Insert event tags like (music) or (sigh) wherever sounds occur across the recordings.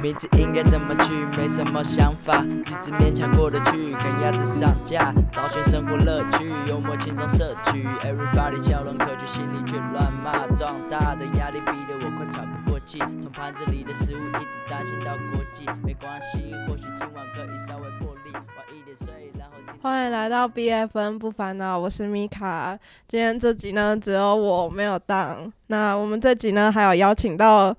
名字应该怎么取，没什么想法，日子勉强过得去，赶鸭子上架，找寻生活乐趣，幽默轻松摄取，everybody 笑容可掬，心里却乱骂，壮大的压力逼得我快喘不过气，从盘子里的食物一直担心到国际，没关系，或许今晚可以稍微破例，晚一点睡，然后听听欢迎来到 BFN 不烦恼，我是米卡。今天这集呢，只有我没有当。那我们这集呢，还有邀请到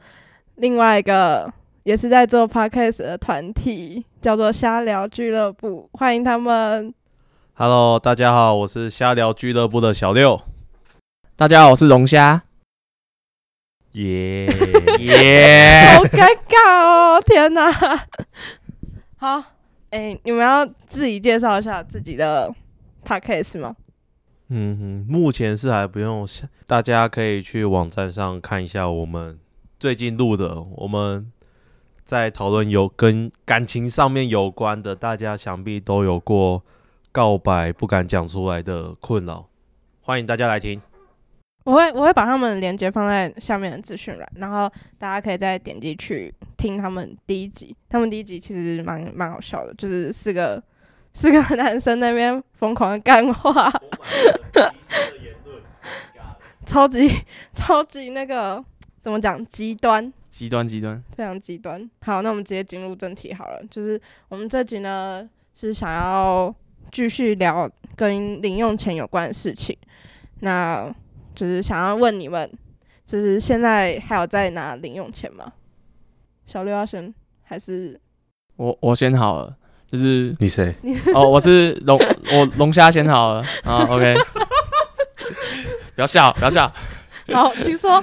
另外一个也是在做 podcast 的团体，叫做瞎聊俱乐部，欢迎他们。 Hello，大家好，我是瞎聊俱乐部的小六。大家好，我是龙虾。耶 (laughs) 哎耶好尴尬哦，天哪！好，哎、你们要自己介绍一下自己的 podcast 吗？嗯哼，目前是还不用，下大家可以去网站上看一下我们最近录的，我们在讨论有跟感情上面有关的，大家想必都有过告白不敢讲出来的困扰，欢迎大家来听。我会我会把他们的链接放在下面的资讯栏，然后大家可以再点进去听他们第一集。他们第一集其实蛮蛮好笑的，就是四个四个 (laughs) 男生那边疯狂的干话，超级超级那个怎么讲极端，极端极端，非常极端。好，那我们直接进入正题好了，就是我们这集呢是想要继续聊跟零用钱有关的事情，那就是想要问你们，就是现在还有在拿零用钱吗？小六要先还 (laughs) 是我我先好了，就是你谁？哦， (laughs) 我是龙，我龙虾先好了 (laughs) 啊。OK，不要笑，不要笑。好，请说。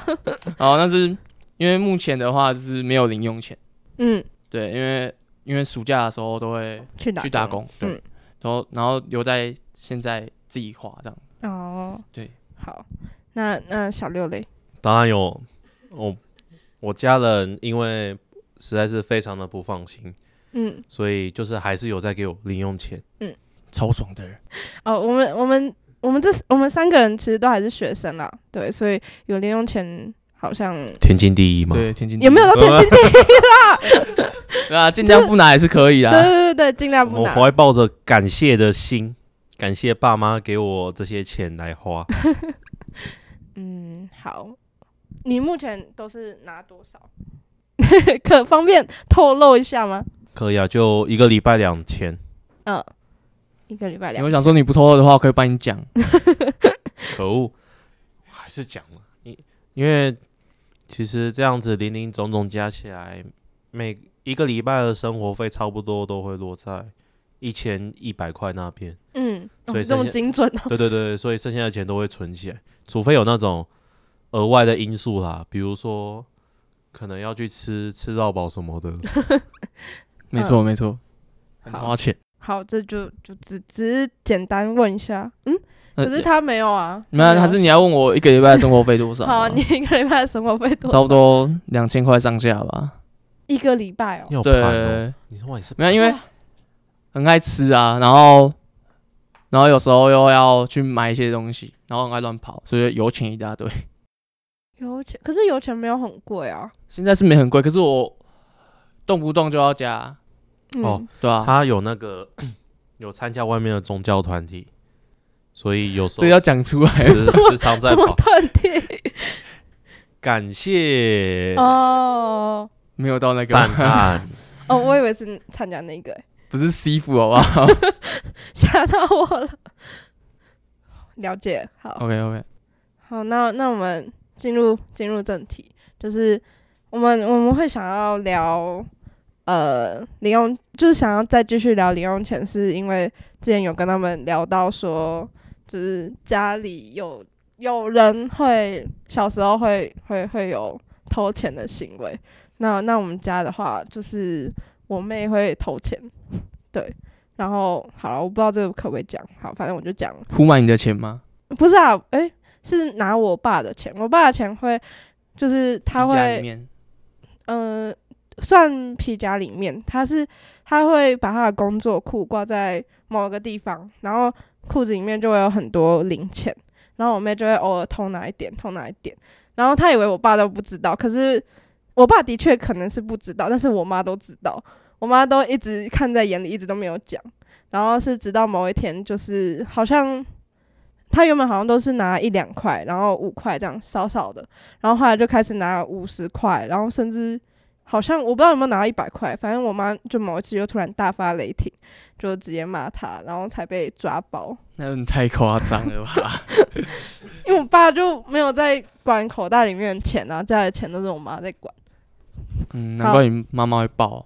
好，那是因为目前的话就是没有零用钱，嗯，对，因为因为暑假的时候都会去打去打工，对，嗯然后然后留在现在自己花这样。哦，对，好，那那小六嘞，当然有，我我家人因为实在是非常的不放心，嗯，所以就是还是有在给我零用钱。超爽的人，哦，我们我们我们这我们三个人其实都还是学生啦，对，所以有零用钱好像天经地义吗？对，天经地义也没有到哦嗯天 (laughs) 经地义，对啊，尽量不拿也是可以对啦。对对对，尽量不我拿。怀抱着感谢的心，感谢爸妈给我这些钱来花。 (laughs) 嗯，好，你目前都是拿多少？ (laughs) 可方便透露一下吗？可以啊，就一个礼拜两千，嗯，一个礼拜两我想说你不透露的话，我可以帮你讲。可恶，还是讲了。因因为其实这样子零零总总加起来，每一个礼拜的生活费差不多都会落在一千一百块那边。嗯，哦所以这么剩下精准哦。对对对，所以剩下的钱都会存起来，除非有那种额外的因素啦，比如说可能要去吃吃到饱什么的。没错没错，很好花钱。好，这就就只只是简单问一下，嗯，那可是他没有啊，呃没有，还是你要问我一个礼拜的生活费多少好啊，啊？你一个礼拜的生活费多少？差不多啊两千块上下吧。一个礼拜哦。要盘哦，对，你说哇你是没有，因为哇很爱吃啊，然后然后有时候又要去买一些东西，然后很爱乱跑，所以油钱一大堆。油钱，可是油钱没有很贵啊。现在是没很贵，可是我动不动就要加，嗯、哦，对吧、啊？他有那个 (clears throat) 有参加外面的宗教团体，所以有时这要候讲出来，时时常在什么跑。团体？感谢哦 (laughs) 没有到那赞啊个，叹，哦，我以为是参加那个、欸， (laughs) 不是西服好不 (laughs) 好吓到我了。 (laughs) 了解，好。 ？OK OK，好，那那我们进入进入正题，就是我们我们会想要聊呃零用，就是想要再继续聊零用钱，是因为之前有跟他们聊到说，就是家里有有人会小时候会会会有偷钱的行为，那那我们家的话就是我妹会偷钱，对。然后好了，我不知道这个可不可以讲，好，反正我就讲了。铺满你的钱吗？不是啊，诶，是拿我爸的钱，我爸的钱会就是他皮夹里会面呃算皮夹里面，他是他会把他的工作裤挂在某个地方，然后裤子里面就会有很多零钱，然后我妹就会偶尔偷拿一点，偷拿一点，然后她以为我爸都不知道，可是我爸的确可能是不知道，但是我妈都知道，我妈都一直看在眼里，一直都没有讲。然后是直到某一天，就是好像他原本好像都是拿一两块，然后五块这样少少的，然后后来就开始拿五十块，然后甚至好像我不知道有没有拿到一百块，反正我妈就某一次就突然大发雷霆，就直接骂他，然后才被抓包。那你太夸张了吧？ (laughs) 因为我爸就没有在管口袋里面的钱啊，家里的钱都是我妈在管。嗯，难怪你妈妈会爆。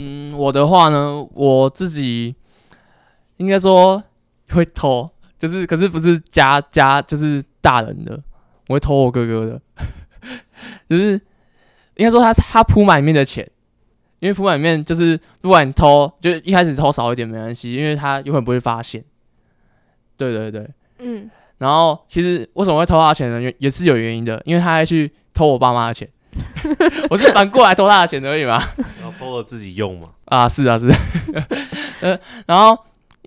嗯，我的话呢，我自己应该说会偷，就是可是不是家家就是大人的，我会偷我哥哥的， (laughs) 就是应该说他他铺满里面的钱，因为铺满里面就是不管你偷，就一开始偷少一点没关系，因为他有可能不会发现。对对对，嗯，然后其实为什么会偷他的钱呢？也也是有原因的，因为他还去偷我爸妈的钱， (laughs) 我是反过来偷他的钱而已嘛。然后偷了自己用嘛，啊，是啊，是， (laughs) 呃，然后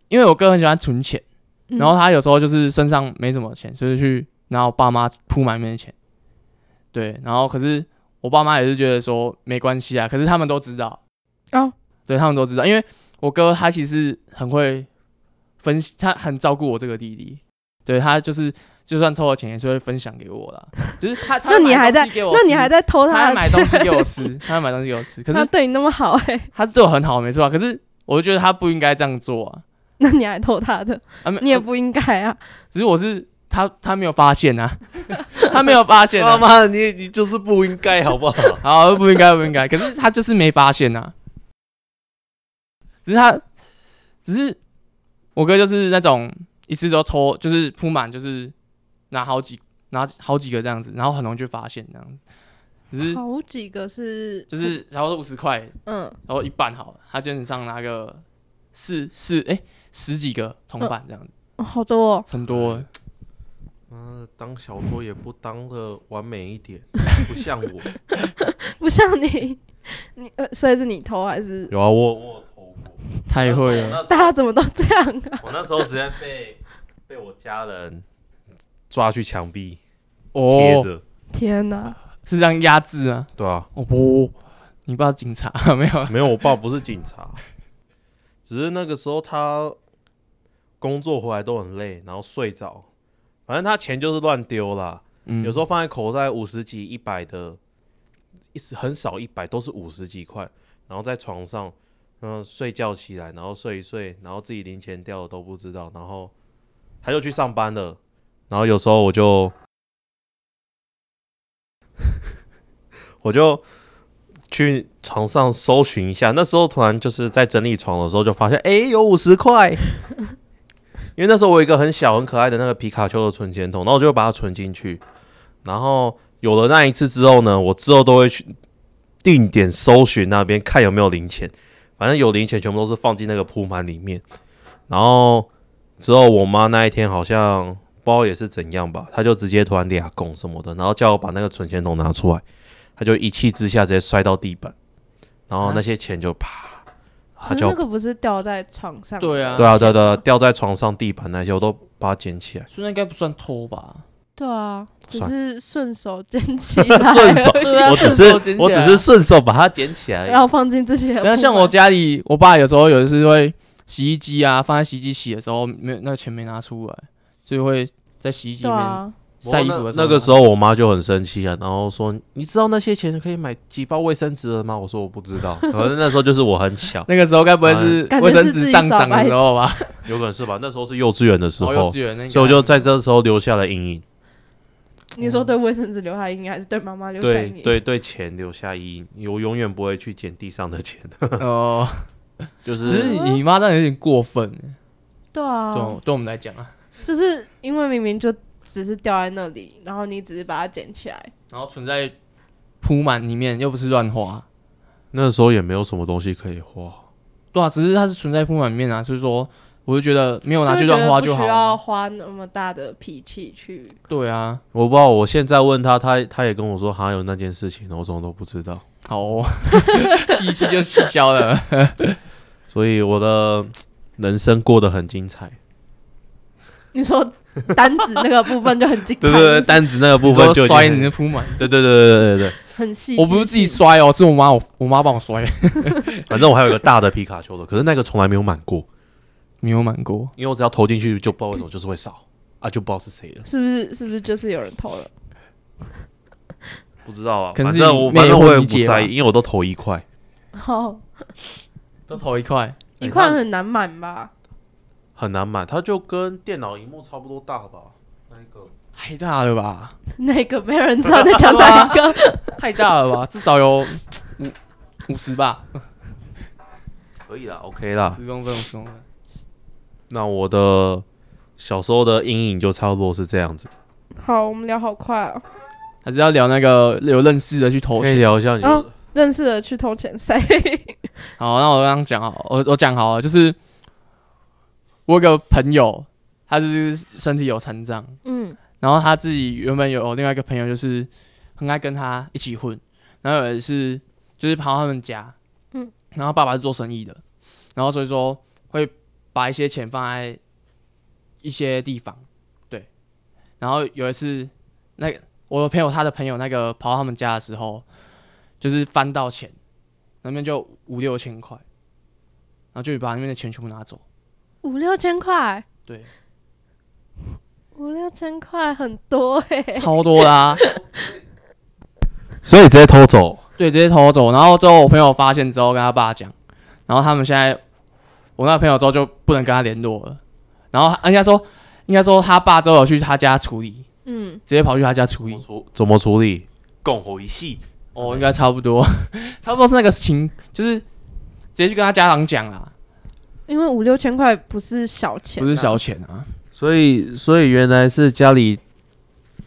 因为我哥很喜欢存钱，嗯然后他有时候就是身上没什么钱，所以去拿我爸妈铺满面的钱。对，然后可是我爸妈也是觉得说没关系啊，可是他们都知道，哦，对他们都知道，因为我哥他其实很会分析，他很照顾我这个弟弟，对他就是就算偷了钱也是会分享给我啦，就是他，他 (laughs) 那你买还东在西给我那你吃还在偷他他还的买钱？东西给 (laughs) 我吃，他还买东西给我吃，可他是对你那么好哎、他是对我很好，没错啊，可是我就觉得他不应该这样做啊，那你还偷他的，啊没你也不应该啊。只是我是他他没有发现啊， (laughs) 他没有发现妈啊，妈你你就是不应该好不好？好不应该不应该，可是他就是没发现啊，只是他只是我哥就是那种一次都偷，就是铺满就是拿好几拿好几个这样子，然后很容易就发现这样子，只是好几个是，就是然后五十块，嗯，然后一半好了，他基本上拿个四四哎、十几个铜板这样子，哦好多、哦。很多欸。嗯，当小偷也不当的完美一点，不像我。 (laughs) 不像你， (laughs) 你呃，所以是你偷还是有啊，我我有偷过。太会了，大家怎么都这样啊？我那时候直接被被我家人抓去墙壁 (laughs) 贴哦，着，天哪、是这样压制啊，对啊，哦不，你爸是警察 (laughs) 没有啊？没有，我爸不是警察，只是那个时候他工作回来都很累，然后睡着，反正他钱就是乱丢啦，嗯有时候放在口袋五十几、一百的，一时很少一百都是五十几块，然后在床上，嗯，睡觉起来，然后睡一睡，然后自己零钱掉了都不知道，然后他就去上班了，然后有时候我就 (laughs) 我就去床上搜寻一下，那时候突然就是在整理床的时候就发现，哎、有五十块。 (laughs) 因为那时候我有一个很小很可爱的那个皮卡丘的存钱筒，然后我就把它存进去。然后有了那一次之后呢，我之后都会去定点搜寻那边看有没有零钱，反正有零钱全部都是放进那个铺盘里面。然后之后我妈那一天好像不知道也是怎样吧，她就直接突然俩拱什么的，然后叫我把那个存钱筒拿出来，她就一气之下直接摔到地板，然后那些钱就啪，她可是啊叫那个不是掉在床上的对钱吗？啊。对啊，对啊，对啊，掉在床上、地板那些，我都把它捡起来所以那应该不算偷吧？对啊，只算是顺手捡起来， (laughs) 顺 (laughs) 手， (laughs) 对啊我只顺手是捡起我来只啊是顺手把它捡起来而已。然后放进自己的。没有像我，家里，我爸有时候有一次会洗衣机啊，放在洗衣机洗的时候，没有那个钱没拿出来，所以会在洗衣机对里面啊，晒衣服的哦那时候那个时候，，候我妈就很生气啊，然后说：“你知道那些钱可以买几包卫生纸了吗？”我说：“我不知 (laughs) 道。”可能那时候就是我很小那个时候该不会是感觉卫是生自纸己上耍涨的白时候吧？有可能是吧？那时候是幼稚园的时哦，幼候，稚园那应该，所以我就在这时候留下了阴影。你说对卫生纸留下阴影，还是对妈妈留下对阴影？对对，钱留下阴影，我永远不会去捡地上的钱，哦，就只是是你妈这样有点过分，对对啊我，对我们来讲啊，就是因为明明就只是掉在那里，然后你只是把它捡起来，然后存在铺满里面，又不是乱花，那时候也没有什么东西可以花。对啊，只是它是存在铺满里面啊，所以说我就觉得没有拿去就会觉乱得花不就好需啊要，花那么大的脾气去。对啊，我不知道，我现在问他，他他也跟我说还有那件事情，我怎么都不知道。好、哦， (laughs) 气一气就气消了。所以我的人生过得很精彩。你说单指那个部分就很精彩， (laughs) 对对对，是不是单子那个部分你就说已经摔很你的铺满，对对对对对对对，很细。我不是自己，摔哦，是我妈我我妈帮我摔，反正我还有一个大的皮卡丘的，可是那个从来没有满过，没有满过。因为我只要投进去就不知道为什么就是会少啊，就不知道是谁了，是不是？是不是就是有人偷了？不知道啊。可能反是正我你妹反正我或也你不姐吧在意，因为我都投一块，好，都投一块，一块很难满吧？很难买，它就跟电脑荧幕差不多大吧。那一个太大了吧？ (laughs) 那个没有人知道在讲哪一个。太大了 (laughs) 吧？至少有五五十吧，可以啦，OK 啦。十公分，五十公分。那我的小时候的阴影就差不多是这样子。 (laughs) 好，我们聊好快哦。还是要聊那个有认识的去投可以钱。聊一下你的、哦认识了去偷钱塞，好，那我刚刚讲好，我我讲好了，就是我有个朋友，他就是身体有残障，嗯，然后他自己原本有另外一个朋友，就是很爱跟他一起混，然后也是就是跑到他们家，嗯嗯，然后爸爸是做生意的，然后所以说会把一些钱放在一些地方，对，然后有一次那个我的朋友他的朋友那个跑到他们家的时候，就是翻到钱，那边就五六千块，然后就把那边的钱全部拿走， (laughs) 五六千块，对，五六千块很多哎、超多啊啦、 (laughs) 所以直接偷走。对，直接偷走。然后之后我朋友发现之后跟他爸讲，然后他们现在我那个朋友之后就不能跟他联络了。然后应该说，应该说他爸之后有去他家处理，嗯，直接跑去他家处怎么理。处怎么处理？共吼一系，哦，应该差不多， (laughs) 差不多是那个情，就是直接去跟他家长讲啦，因为五六千块不是小钱、不是小，钱啊。所以所以原来是家里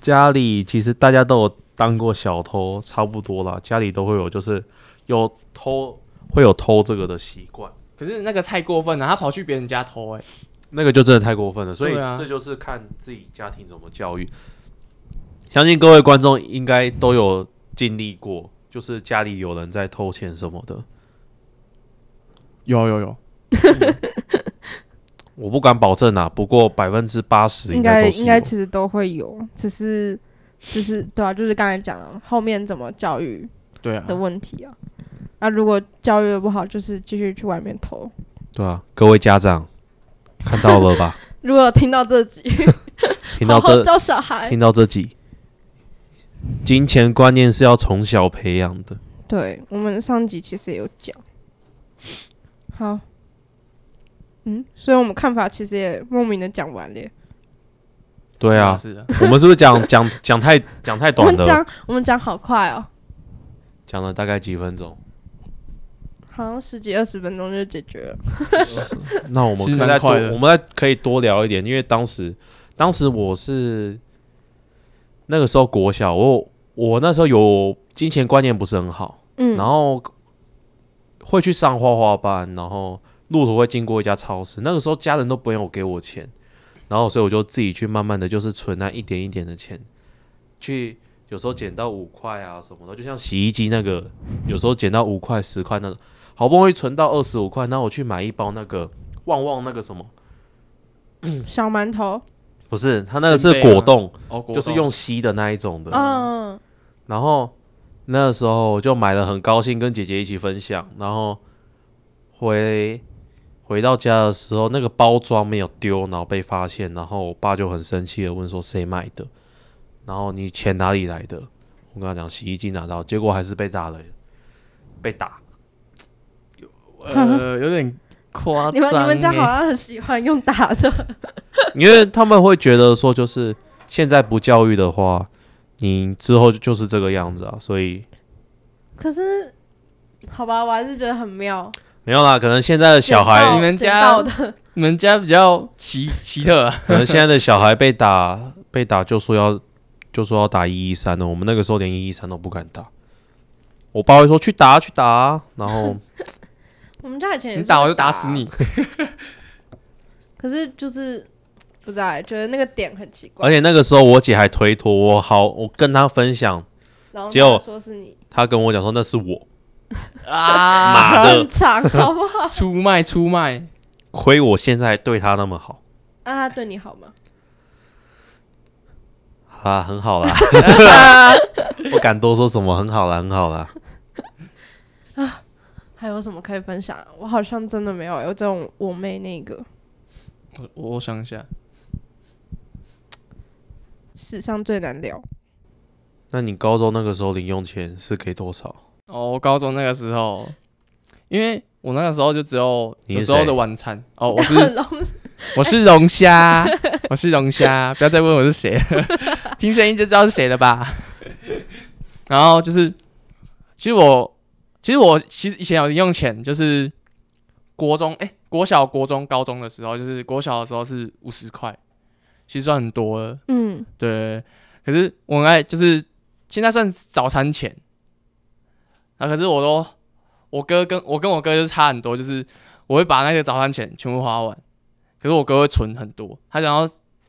家里其实大家都有当过小偷，差不多啦，家里都会有就是有偷会有偷这个的习惯，可是那个太过分了，他跑去别人家偷、欸，那个就真的太过分了，所以对啊这就是看自己家庭怎么教育。相信各位观众应该都有经历过，就是家里有人在偷钱什么的，有有有，我不敢保证啊，不过百分之八十应该该都是应该有其实都会有，只是只是对啊，就是刚才讲的后面怎么教育对啊的，问题啊。啊，如果教育的不好，就是继续去外面偷。对啊，各位家长看到了 (laughs) 吧？如果听到这集，听好到好这教小孩听，到这集，金钱观念是要从小培养的。对我们上集其实也有讲。好，嗯，所以我们看法其实也莫名的讲完了耶。对啊，是啊，我们是不是讲讲讲太讲太 (laughs) 我短们了？讲我们讲好快哦，讲了大概几分钟，好像十几二十分钟就解决了。 (laughs) 那我其实们可以蛮再多，快的我们再可以多聊一点，因为当时当时我是那个时候国小，我我那时候有金钱观念不是很好，嗯，然后会去上画画班，然后路途会经过一家超市。那个时候家人都不用我给我钱，然后所以我就自己去慢慢的就是存那一点一点的钱，去有时候捡到五块啊什么的，就像洗衣机那个，有时候捡到五块十块那种，好不容易存到二十五块，那我去买一包那个旺旺那个什么，嗯小馒头，不是，它那个鲜是贝吗啊果冻，哦，国就是中用吸的那一种的，嗯，然后那时候我就买了，很高兴跟姐姐一起分享。然后回回到家的时候，那个包装没有丢，然后被发现，然后我爸就很生气的问说谁买的，然后你钱哪里来的？我跟他讲洗衣机拿到，结果还是被打了，被打。 (laughs) 呃有点夸张欸、你们你们家好啊像很喜欢用打的，因为他们会觉得说，就是现在不教育的话，你之后就是这个样子啊，所以可是好吧，我还是觉得很妙。没有啦，可能现在的小孩捡到你们家捡到的， (laughs) 你们家比较奇奇特、啊，可能现在的小孩被打被打就说要就说要打一一三了，我们那个时候连一一三都不敢打。我爸会说去打啊去打啊，然后我们家以前也你是打我就打打死你。。可是就是不知道欸，觉得那个点很奇哎怪。而且那个时候我姐还推脱我，好，我跟她分享，然后结果他说是你她跟我讲说那是我， (laughs) 啊，妈很的，长，好不好？ (laughs) 出卖出卖，亏我现在对她那么好啊，他对你好吗？啊，很好啦， (laughs) 不敢多说什么，很好啦，很好啦。还有什么可以分享啊？我好像真的没有，有这种我妹那个我我想一下，史上最难聊。那你高中那个时候零用钱是给多少？哦，我高中那个时候，因为我那个时候就只有你有是时候谁的晚餐哦，我 (laughs) 是嗯 (laughs) 我是龙虾， (laughs) 我是龙虾，不要再问我是谁 (laughs) 了，听声音就知道是谁了吧。 (laughs) 然后就是，其实我其实我其实以前有零用钱，就是国中哎、国小、国中、高中的时候，就是国小的时候是五十块，其实算很多了。嗯，对，可是我爱就是现在算早餐钱，啊，可是我都我哥跟我跟我哥就差很多，就是我会把那个早餐钱全部花完，可是我哥会存很多，他想要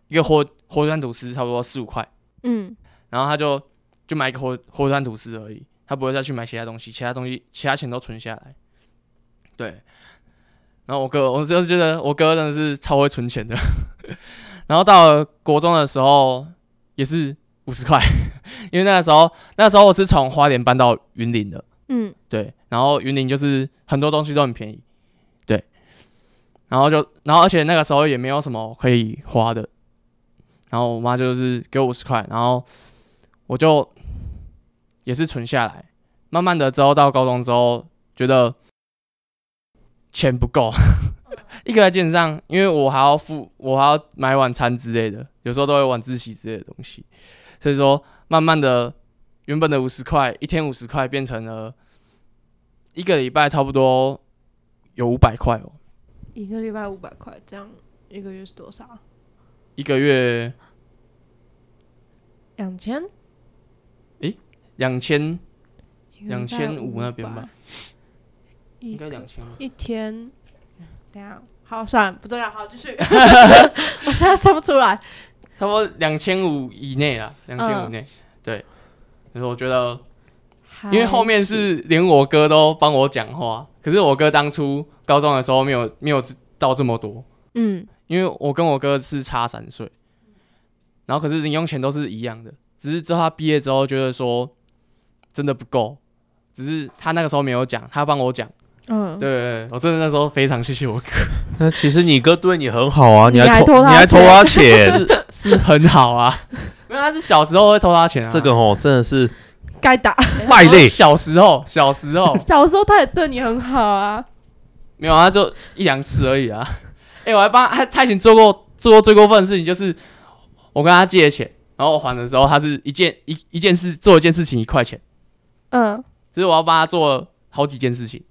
一个火火腿蛋吐司差不多四五块，嗯，然后他就就买一个火火腿蛋吐司而已，他不会再去买其他东西，其他东西其他钱都存下来，对。然后我哥，我就是觉得我哥真的是超会存钱的。 (laughs) 然后到了国中的时候，也是五十块，因为那个时候那时候我是从花莲搬到云林的，嗯，对，然后云林就是很多东西都很便宜，对，然后就然后而且那个时候也没有什么可以花的，然后我妈就是给我五十块，然后我就也是存下来，慢慢的之后到高中之后觉得钱不够， (laughs) 一个在健身上，因为我还要付我还要买晚餐之类的，有时候都会晚自习之类的东西，所以说慢慢的原本的五十块一天五十块变成了。一个礼拜差不多有五百块哦，一个礼拜五百块，这样一个月是多少啊？一个月两千，两千，一个礼拜2500那边吧500，应一该两千吧。一天，等一下，好，算了，不重要，好，继续。 (laughs) 我现在算不出来。差不多两千五以内啦，两千五内。嗯对，可是我觉得，啊因为后面是连我哥都帮我讲话，可是我哥当初高中的时候没有没有到这么多，嗯，因为我跟我哥是差三岁，然后可是零用钱都是一样的，只是之后他毕业之后觉得说真的不够，只是他那个时候没有讲，他帮我讲。嗯，对对，对我真的那时候非常谢谢我哥。那其实你哥对你很好啊，你你还还偷偷他还偷钱他钱，是是很好啊， (laughs) 没有，他是小时候会偷他钱啊。这个吼真的是该打。败类。小时候，小时 (laughs) 候小时候他也对你很好啊。 (laughs) 没有啊，他就一两次而已啊。哎、我还帮他，他以前做过做过最过分的事情，就是我跟他借钱，然后我还的时候，他是一件一一件事做一件事情一块钱，嗯，只是我要帮他做好几件事情，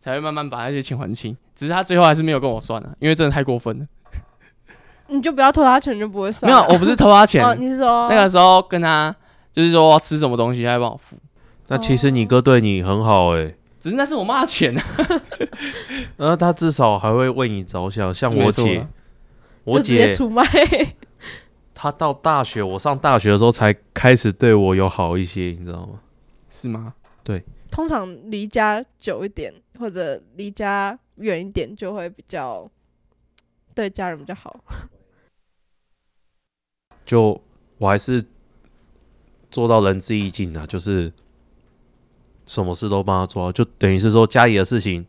才会慢慢把那些钱还清。只是他最后还是没有跟我算啊，因为真的太过分了。你就不要偷他钱，就不会算没有，了。我不是偷他 (laughs) 钱，哦，你是说那个时候跟他就是说吃什么东西，他会帮我付，那其实你哥对你很好哎、只是那是我妈的钱啊。然后他至少还会为你着想，像是没我错姐啊，我就直接姐出卖？她到大学，我上大学的时候才开始对我有好一些，你知道吗？是吗？通常离家久一点，或者离家远一点，就会比较对家人比较好。就我还是做到仁至义尽啊，就是什么事都帮他做啊好，就等于是说家里的事情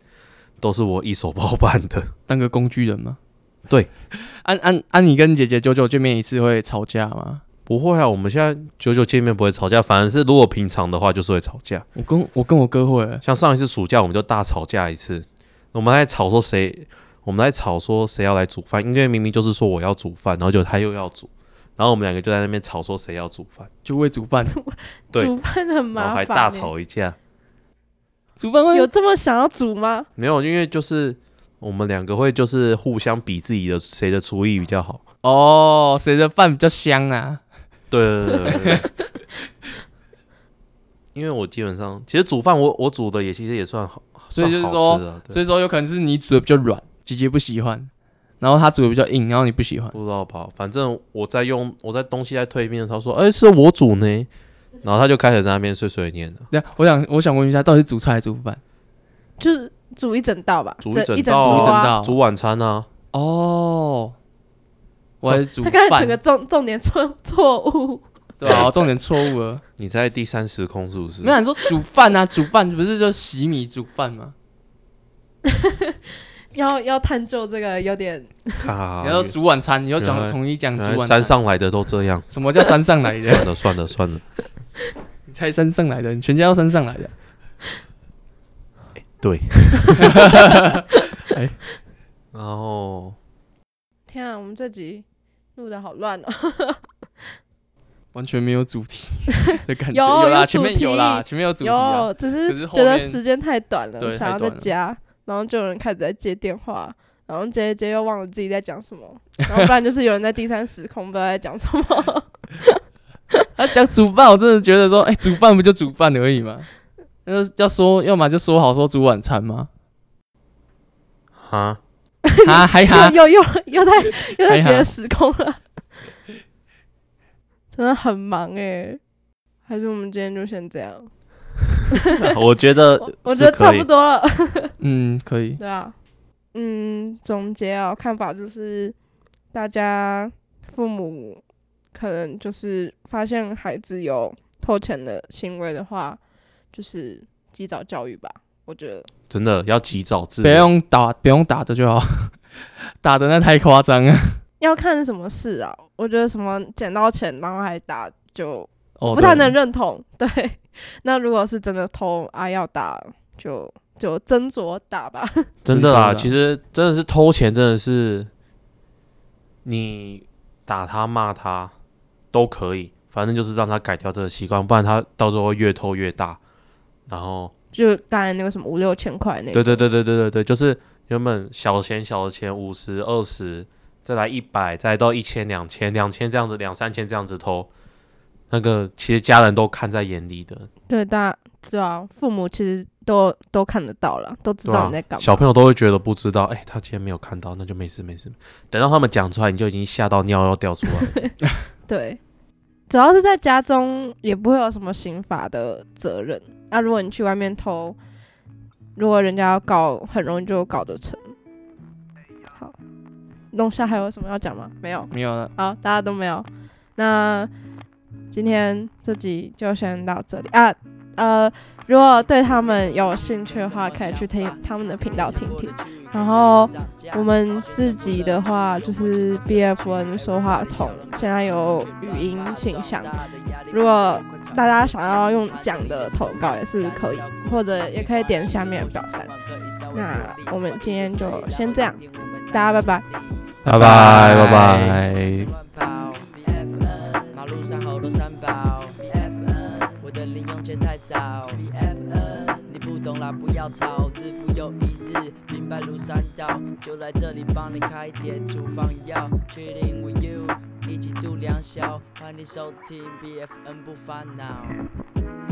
都是我一手包办的。当个工具人吗？ (laughs) 对，安安安，你跟姐姐九九见面一次会吵架吗？不会啊，我们现在久久见面不会吵架，反而是如果平常的话就是会吵架。我跟我跟我哥会欸，像上一次暑假我们就大吵架一次，我们还吵说谁，我们在吵说谁要来煮饭，因为明明就是说我要煮饭，然后就他又要煮，然后我们两个就在那边吵说谁要煮饭，就会 (laughs) 煮饭，对煮饭很然麻后还烦、欸，大吵一架。煮饭会有这么想要煮吗？没有，因为就是我们两个会就是互相比自己的谁的厨艺比较好。哦，谁的饭比较香啊？对对对对对对。因为我基本上其实煮饭我我煮的也其实也算好，所以就是算说好吃的啊对所以说有可能是你煮的比较软，姐姐不喜欢，然后她煮的比较硬，然后你不喜欢。不知道吧，反正我在用我在东西在蜕变的时候说，哎、是我煮呢，然后他就开始在那边碎碎念了，对，我想我想问一下，到底是煮菜还是煮饭？就是煮一整道吧，煮一整整一整道啊煮桌一整啊。道煮晚餐啊，哦，我还是 (laughs) 煮他刚才整个饭。重重点错错误， (laughs) (laughs) 对啊，我重点错误了。你在第三时空是不是？没有你说煮饭啊，煮饭不是就洗米煮饭吗？要要探究这个有点 (laughs) 靠，你要煮晚餐，你要啊原讲来统一讲煮原来晚山餐。。上来的都这样什么叫山上来的？算了 (laughs) 算了算了，你才山上来的，你全家都山上来的。 (laughs) 对。然后天啊！我们这集录的好乱哦。完全没有主 (laughs) 题的感觉。有啦，有前面主有啦，题前面有主题啊。有，只可是是后觉得面时间太短了，对想要太在短了家，然后就有人开始在接电话，然后接一接又忘了自己在讲什么，然后不然就是有人在第三时空不知道在讲什 (laughs) 么。他啊讲煮饭，我真的觉得说，哎、煮饭不就煮饭而已嘛。要要说，要么就说好说煮晚餐嘛。啊，啊，(laughs) 还 (laughs) 哈，又又又又在又在哎呀别的时空了， (laughs) 真的很忙哎、还是我们今天就先这样，我觉得我我是觉得可差以不多了。嗯，可以。对啊，嗯，总结啊，我看法就是，大家父母可能就是发现孩子有偷钱的行为的话，就是及早教育吧。我觉得真的要及早治不疗。用打，不用打的就好， (laughs) 打的那太夸张了。要看是什么事啊，我觉得什么捡到钱然后还打就哦，不太对能认同。 (laughs) 对，那如果是真的偷啊要打，就就斟酌打吧。 (laughs) 真的啊，真的其实真的是偷钱，真的是你打他骂他都可以，反正就是让他改掉这个习惯，不然他到时候会越偷越大。然后，就刚才那个什么五六千块那个，对对对对对对对，就是原本小钱小的钱五十二十，再来一百，再到一千两千两千这样子，两三千这样子偷，那个其实家人都看在眼里的，对，大家对啊，父母其实都都看得到了，都知对吧？啊道你在干嘛。小朋友都会觉得不知道，哎、他今天没有看到，那就没事没事。等到他们讲出来，你就已经吓到尿要掉出来了。对，主要是在家中也不会有什么刑法的责任。那如果你去外面偷，如果人家要告，很容易就搞得成。好，弄下还有什么要讲吗？没有。没有了。好，大家都没有。那今天这集就先到这里啊。呃，如果对他们有兴趣的话，可以去听他们的频道听听。。然后我们自己的话就是 BFN 说话筒现在有语音信箱如果大家想要用讲的投稿也是可以，或者也可以点下面的表单。那我们今天就先这样，大家拜拜。拜拜拜拜。马路上好多三宝，BFN，我的零用钱太少，BFN，你不懂啦，不要吵，日复又一日，兵败如山倒，就来这里帮你开点处方药，Chilling with you，一起度良宵，欢迎收听 BFN 不烦恼。